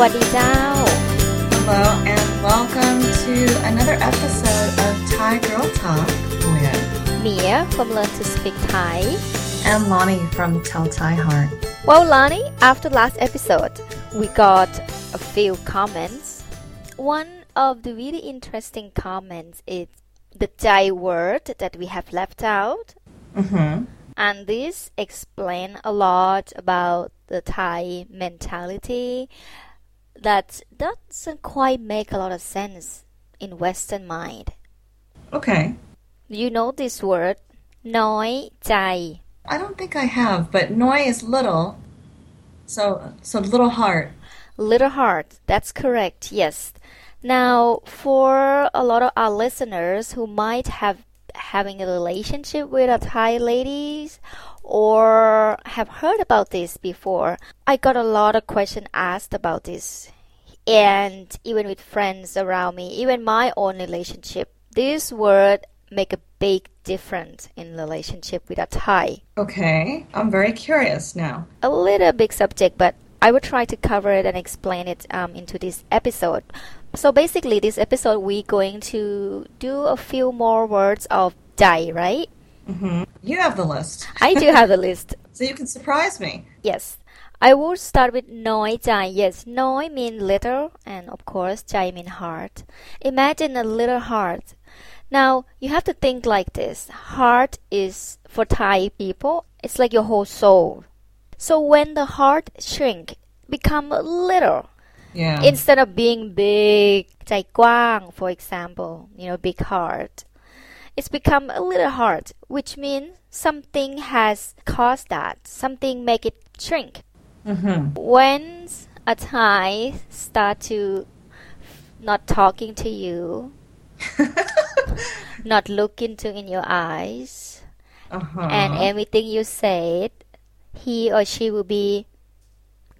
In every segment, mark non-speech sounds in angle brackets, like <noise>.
วัสดีเจ้า Hello and welcome to another episode of Thai Girl Talk with เมีย from Learn to Speak Thai and Lonnie from Tell Thai Heart. Well Lani after last episode we got a few comments one of the really interesting comments is the Thai word that we have left out Mm-hmm. and this explain a lot about the Thai mentality that doesn't quite make a lot of sense in Western mind. Okay. You know this word, noi chai. I don't think I have, but Noi is little. So so little heart. Little heart, that's correct, yes. Now, for a lot of our listeners who might have having a relationship with a Thai ladies or have heard about this before, I got a lot of questions asked about this. And even with friends around me, even my own relationship, this word make a big difference in relationship with a Thai Okay. I'm very curious now. a little big subject, but I will try to cover it and explain it um, into this episode. So basically, this episode we going to do a few more words of die, right? You have the list. I do have a list. So you can surprise me. Yes, I will start with noi jai. Yes, noi mean little, and of course, jai mean heart. Imagine a little heart. Now you have to think like this. Heart is for Thai people. It's like your whole soul. So when the heart shrink, become little Yeah. instead of being big, ใจกว้าง for example, you know, big heart. It's become a little heart, which means something has caused that. Something make it shrink. mm-hmm. <laughs> When a Thai start to not talking to you, not looking to in your eyes, uh-huh. and everything you said, he or she will be,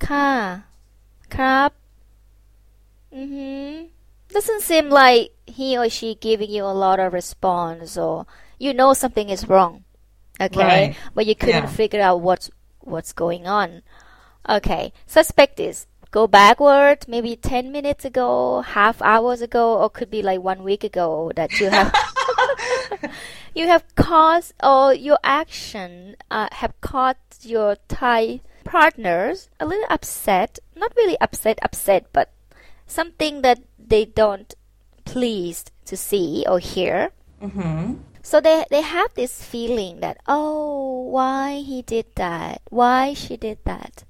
ค่ะ ครับ mm-hmm. Doesn't seem like he or she giving you a lot of response or you know something is wrong. Okay? Right. But you couldn't Yeah. figure out what's what's going on. Okay. Suspect this. Go backward, maybe ten minutes ago, half hours ago, or could be like one week ago that you have you have caused or your action uh, have caused your Thai partners a little upset. Not really upset, upset, but something that they don't pleased to see or hear. mm-hmm. <laughs> So they they have this feeling that oh why he did that why she did that,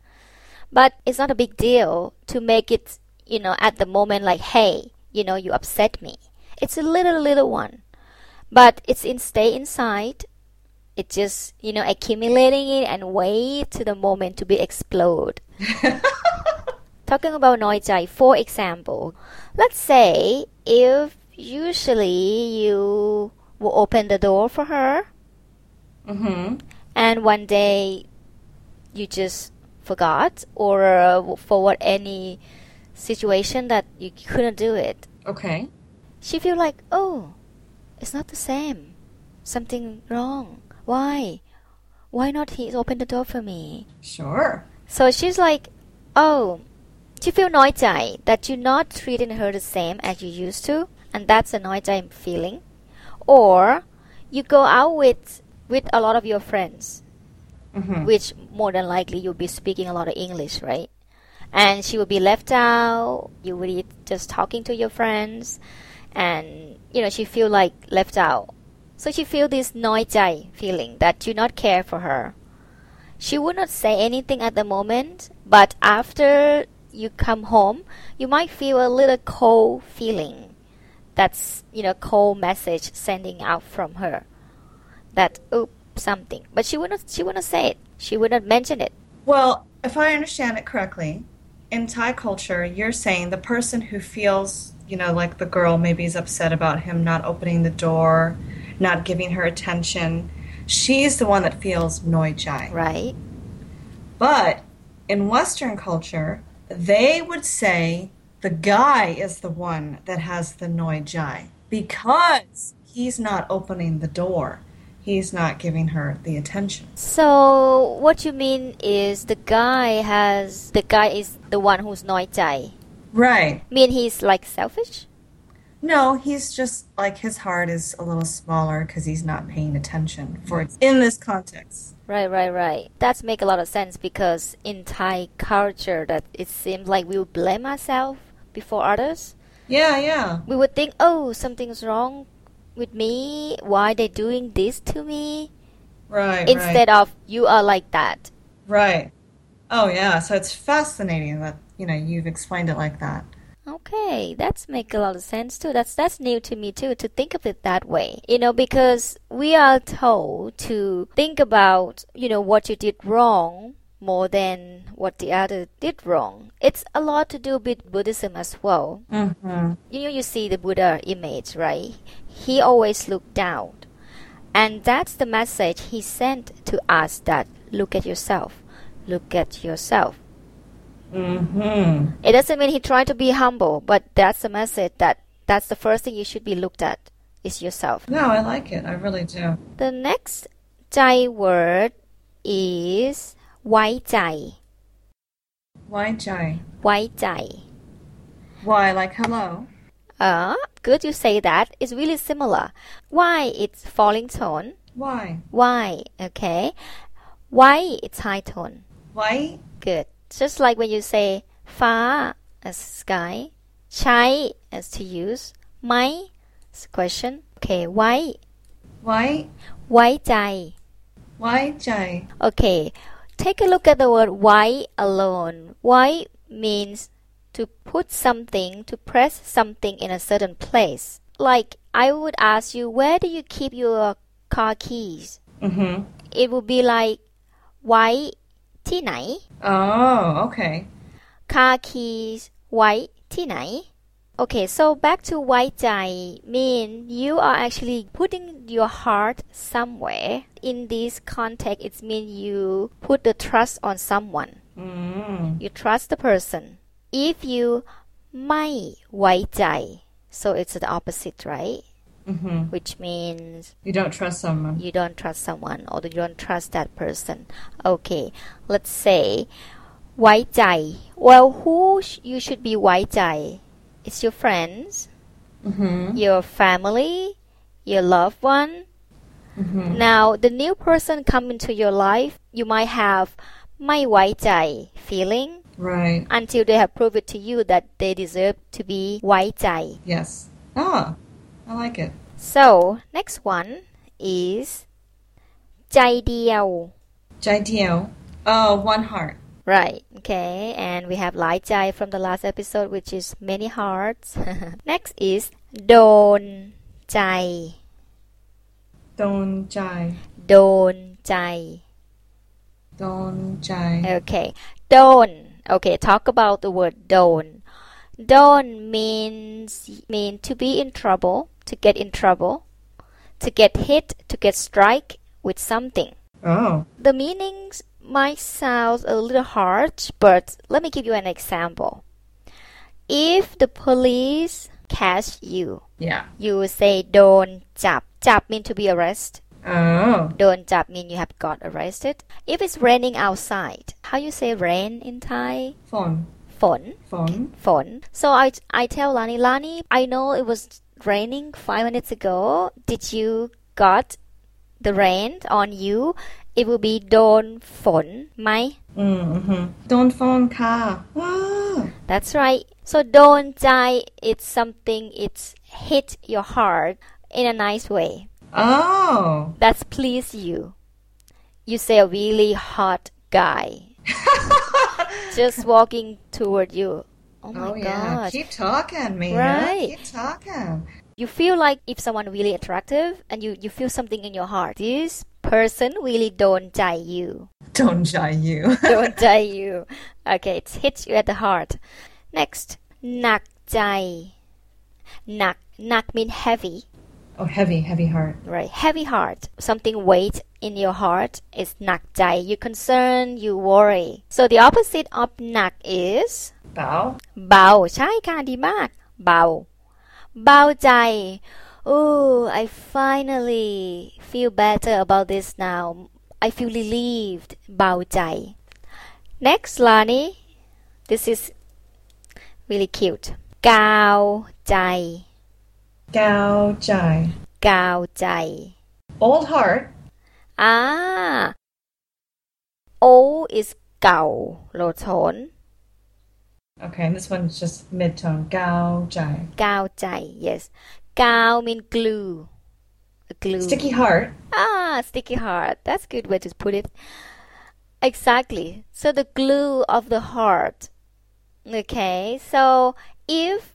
but it's not a big deal to make it you know at the moment like hey you know you upset me. It's a little little one, but it's in stay inside. It just you know accumulating it and wait to the moment to be explode. Talking about noijai, for example, let's say if usually you will open the door for her Mm-hmm. and one day you just forgot or uh, for what any situation that you couldn't do it Okay. she feel like oh it's not the same something wrong why why not he open the door for me Sure. So she's like, oh, she feel annoyed that you're not treating her the same as you used to, and that's annoyed I'm feeling. Or you go out with with a lot of your friends, Mm-hmm. which more than likely you'll be speaking a lot of English, right? And she will be left out. You will be just talking to your friends, and you know she feel like left out. So she feel this annoyed feeling that you not care for her. She would not say anything at the moment, but after you come home, you might feel a little cold feeling. That's, you know, cold message sending out from her. That oop something. But she would not she would not say it. She would not mention it. Well, if I understand it correctly, in Thai culture, you're saying the person who feels, you know, like the girl maybe is upset about him not opening the door, not giving her attention, she's the one that feels noi chai. Right? But in Western culture, they would say the guy is the one that has the noi chai because he's not opening the door. He's not giving her the attention. So what you mean is the guy has the guy is the one who's noi chai. Right. Mean he's like selfish? No, he's just like his heart is a little smaller because he's not paying attention for it in this context. Right, right, right. That's make a lot of sense because in Thai culture that it seems like we would blame ourselves before others. Yeah, yeah. We would think, "Oh, something's wrong with me. Why they doing this to me?" Right, Instead right. of you are like that. Right. Oh, yeah. So it's fascinating that, you know, you've explained it like that. Okay, that's make a lot of sense too. That's that's new to me too to think of it that way. You know, because we are told to think about, you know, what you did wrong more than what the other did wrong. It's a lot to do with Buddhism as well. hmm You know, you see the Buddha image, right? He always looked down. And that's the message he sent to us that look at yourself. Look at yourself. hmm It doesn't mean he tried to be humble, but that's the message that that's the first thing you should be looked at is yourself. No, I like it. I really do. The next Thai word is wai Thai. Why Jai? Wai Thai. Why, like hello? Uh, good you say that. It's really similar. Why it's falling tone. Why? Why, okay? Why it's high tone. Why? Good. Just like when you say fa as sky, chai as to use, my as question. Okay, why? Why? Why chai? Why Jai? Okay, take a look at the word why alone. Why means to put something, to press something in a certain place. Like I would ask you, where do you keep your car keys? Mm-hmm. It would be like why ti nai? Oh, okay. car keys white tinai. Okay, so back to white dye mean you are actually putting your heart somewhere. In this context, it's mean you put the trust on someone. Mm. You trust the person. If you my white dye, so it's the opposite, right? Mm-hmm. Which means You don't trust someone. you don't trust someone or you don't trust that person. Okay, let's say why die? Well, who sh- you should be why die? It's your friends, Mm-hmm. your family, your loved one. Mm-hmm. Now, the new person come into your life, you might have my why die feeling Right. until they have proved it to you that they deserve to be why die. Yes. Ah, I like it. So, next one is ใจเดียว. Jai Dio. Oh, one heart. Right. Okay. And we have Lai Jai from the last episode, which is many hearts. <laughs> Next is Don Jai. Don Jai. Don Jai. Don Jai. Okay. Don. Okay. Talk about the word Don. Don means mean to be in trouble, to get in trouble, to get hit, to get strike with something. Oh. The meanings might sound a little harsh, but let me give you an example. If the police catch you, Yeah. you will say "don jap." Jap mean to be arrested. Oh. "Don jap" mean you have got arrested. If it's raining outside, how you say rain in Thai? Phone. Phon. Phone. Phon. So I I tell Lani, Lani, I know it was raining five minutes ago. Did you got the rain on you? It will be "don phon" my. Mm-hmm. Don phone Ah. Oh. car. Wow. That's right. So don't die. It's something. It's hit your heart in a nice way. Oh. That's please you. You say a really hot <laughs> guy just walking toward you. Oh my Oh yeah. gosh. Keep talking, Mia. Right. Keep talking. You feel like if someone really attractive and you, you feel something in your heart. This person really don't die you. <laughs> Don't jai you. <laughs> Don't die you. Okay, it hits you at the heart. Next, nak jai. Nak, nak mean heavy, oh, heavy, heavy heart. right? Heavy heart. Something weight in your heart is nak jai. You concern, you worry. So the opposite of nak is Bow. เบาใช่ค่ะดีมากเบาเบาใจ Ooh, I finally feel better about this now. I feel relieved. เบาใจ Next, Lani. This is really cute. กาวใจ Gao Jai. กาวใจ. Old heart. Ah. O is เก่า low tone. Okay, and this one's just mid tone. Gao Jai. กาว ใจ yes. กาว mean glue. A glue. Sticky heart. Ah, sticky heart. That's a good way to put it. Exactly. So the glue of the heart. Okay. So if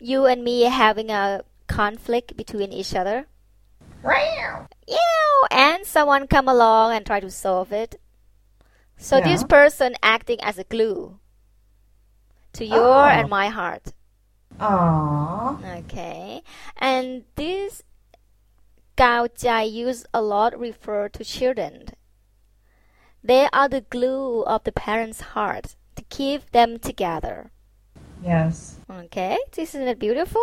you and me are having a conflict between each other, Meow. you know, and someone come along and try to solve it. So Yeah. this person acting as a glue to your Oh. and my heart. Aww. Okay. And this gao jai used a lot refer to children. They are the glue of the parents' heart to keep them together. Yes. Okay, this isn't it beautiful?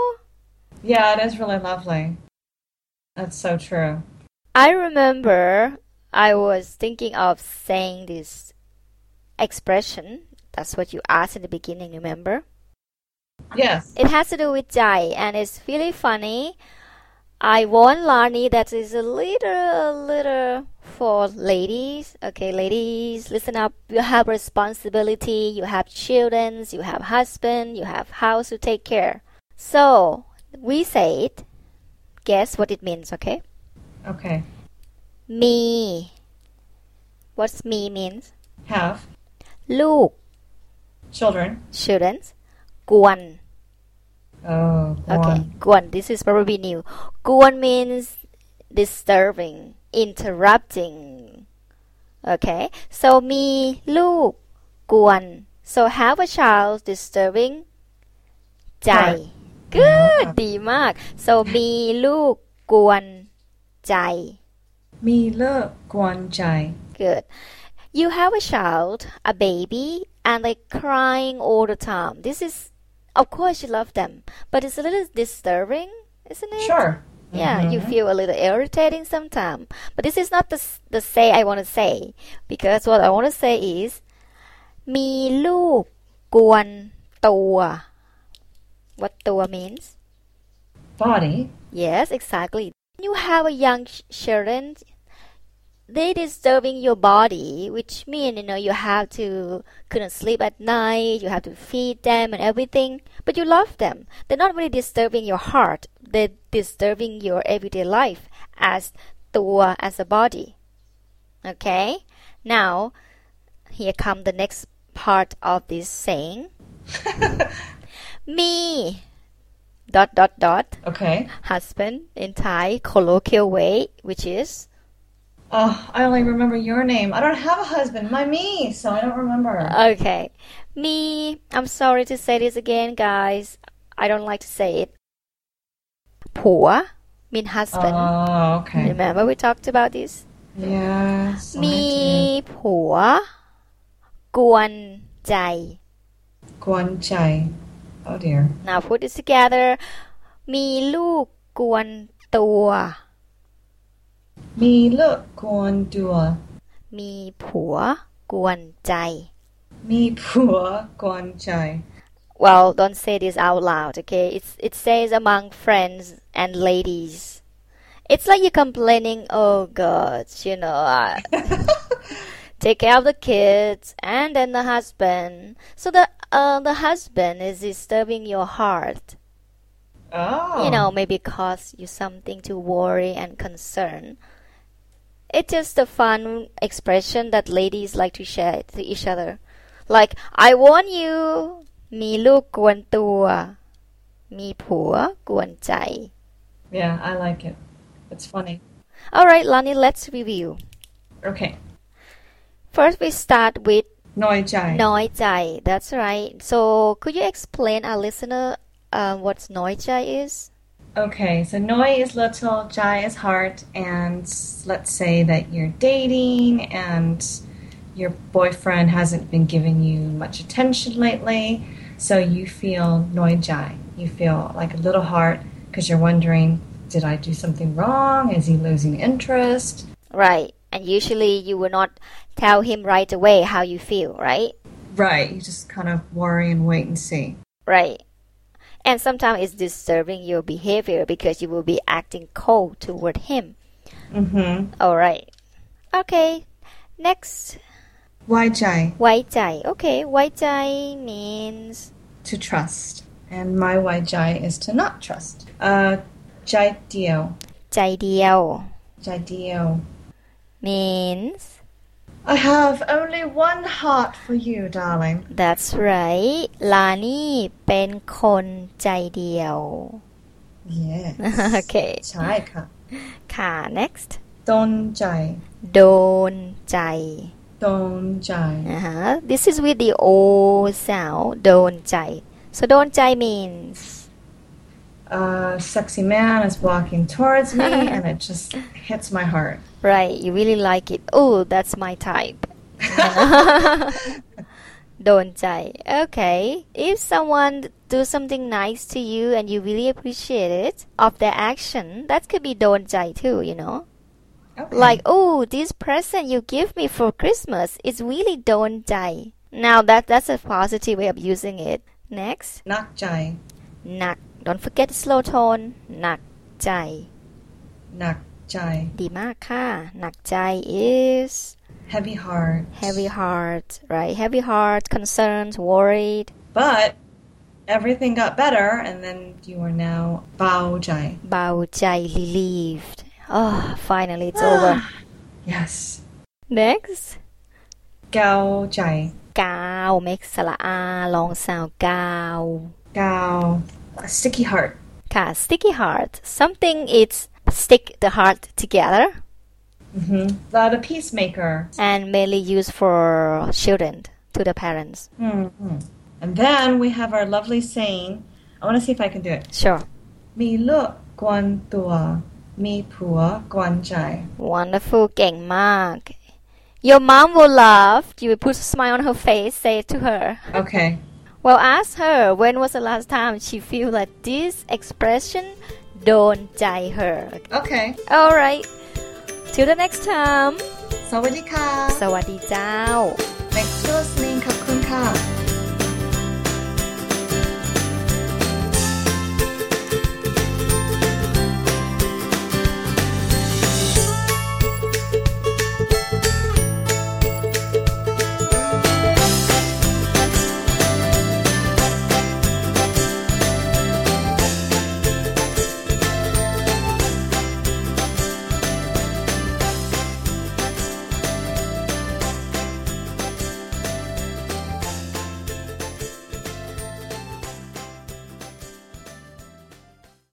Yeah, it is really lovely. That's so true. I remember I was thinking of saying this expression. That's what you asked in the beginning, remember? Yes. It has to do with Jai, and it's really funny. I warned Lani that is a little, a little for ladies. Okay, ladies, listen up. You have responsibility. You have children. You have husband. You have house to take care. So we say it. Guess what it means? Okay, Okay. me. What's me means? Have Look, children. children. Guan. Oh, go Okay, on. guan. This is probably new. Guan means disturbing, interrupting. Okay, so me lu guan. So have a child disturbing jai. Mm-hmm. Good, ดีมาก So me lu guan jai. Me le guan jai. Good. You have a child, a baby, and they crying all the time. This is, of course, you love them, but it's a little disturbing, isn't it? Sure. Yeah, Mm-hmm. you feel a little irritating sometimes. But this is not the s- the say I want to say because what I want to say is มีลูกกวนตัว What ตัว means? Body. Yes, exactly. You have a young ch- children, they disturbing your body, which mean you know you have to couldn't sleep at night, you have to feed them and everything. But you love them. They're not really disturbing your heart. They're disturbing your everyday life asตัวas a body. Okay. Now, here come the next part of this saying. Me. Dot dot dot Okay. husband in Thai colloquial way, which is Oh, I only remember your name. I don't have a husband. My me, so I don't remember. okay. Me, I'm sorry to say this again, guys. I don't like to say it. ผัว mean husband. Oh, okay. Remember we talked about this? Yes. I do. มีผัวกวนใจ Guan jai. Oh dear. Now put it together. มีลูกกวนตัว Me le guan dua. มีผัวกวนใจ Me pua guan jai. Well, don't say this out loud, okay? It's it says among friends and ladies. It's like you're complaining, oh God, you know, I take care of the kids and then the husband. So the uh, the husband is disturbing your heart. Oh. You know, maybe cause you something to worry and concern. It's just a fun expression that ladies like to share to each other. Like, I warn you, มีลูกกวนตัวมีผัวกวนใจ Yeah, I like it. It's funny. Alright, Lani, let's review. Okay. First, we start with Noi jai. noi jai. That's right. So, could you explain our listener uh, what noi jai is? Okay, so noi is little, jai is heart, and let's say that you're dating and your boyfriend hasn't been giving you much attention lately, so you feel noi jai. You feel like a little heart because you're wondering, did I do something wrong? Is he losing interest? Right. And usually, you will not tell him right away how you feel, right? Right, you just kind of worry and wait and see. right? And sometimes it's disturbing your behavior because you will be acting cold toward him. Mm-hmm. All right. Okay. Next, Why jai? wai jai. Okay, wai jai means To trust. And my why jai is to not trust. Uh, jai dio. jai diao Jai dio. means I have only one heart for you, darling. that's right ลานี่เป็นคนใจเดียว Yes. <laughs> okay Jai ka. ค่ะ next Don jai. โดนใจ Don jai. Uh-huh. This is with the O sound, don't jai. So don't jai means A Uh, sexy man is walking towards <laughs> me and it just hits my heart. <laughs> right. You really like it. Oh, that's my type. don't jai. Okay. If someone do something nice to you and you really appreciate it of their action, that could be don't jai too. You know, Okay. like oh, this present you give me for Christmas is really don't jai. Now that that's a positive way of using it. Next. Nak jai. หนัก don't forget the slow tone หนักใจ Nak jai. ดีมากค่ะ หนักใจ is Heavy heart. heavy heart right heavy heart concerned worried But everything got better, and then you are now Bao Jai. เบาใจ relieved oh finally it's over <sighs> Yes. next Gao Jai. กาว make สระอา long sound กาว Gao. A sticky heart. ค่ะ sticky heart something it's stick the heart together hmm But a peacemaker. and mainly used for children to the parents hmm And then we have our lovely saying. I want to see if I can do it. sure Mi lu guan tua. Mi pua guan jai. Wonderful, เก่งมาก Your mom will laugh. You will put a smile on her face. Say it to her. Okay. Well, ask her when was the last time she feel that this expression don't die her. Okay. All right. Till the next time. Sawadee ka. สวัสดีเจ้า Thanks for listening. Kapkun ka.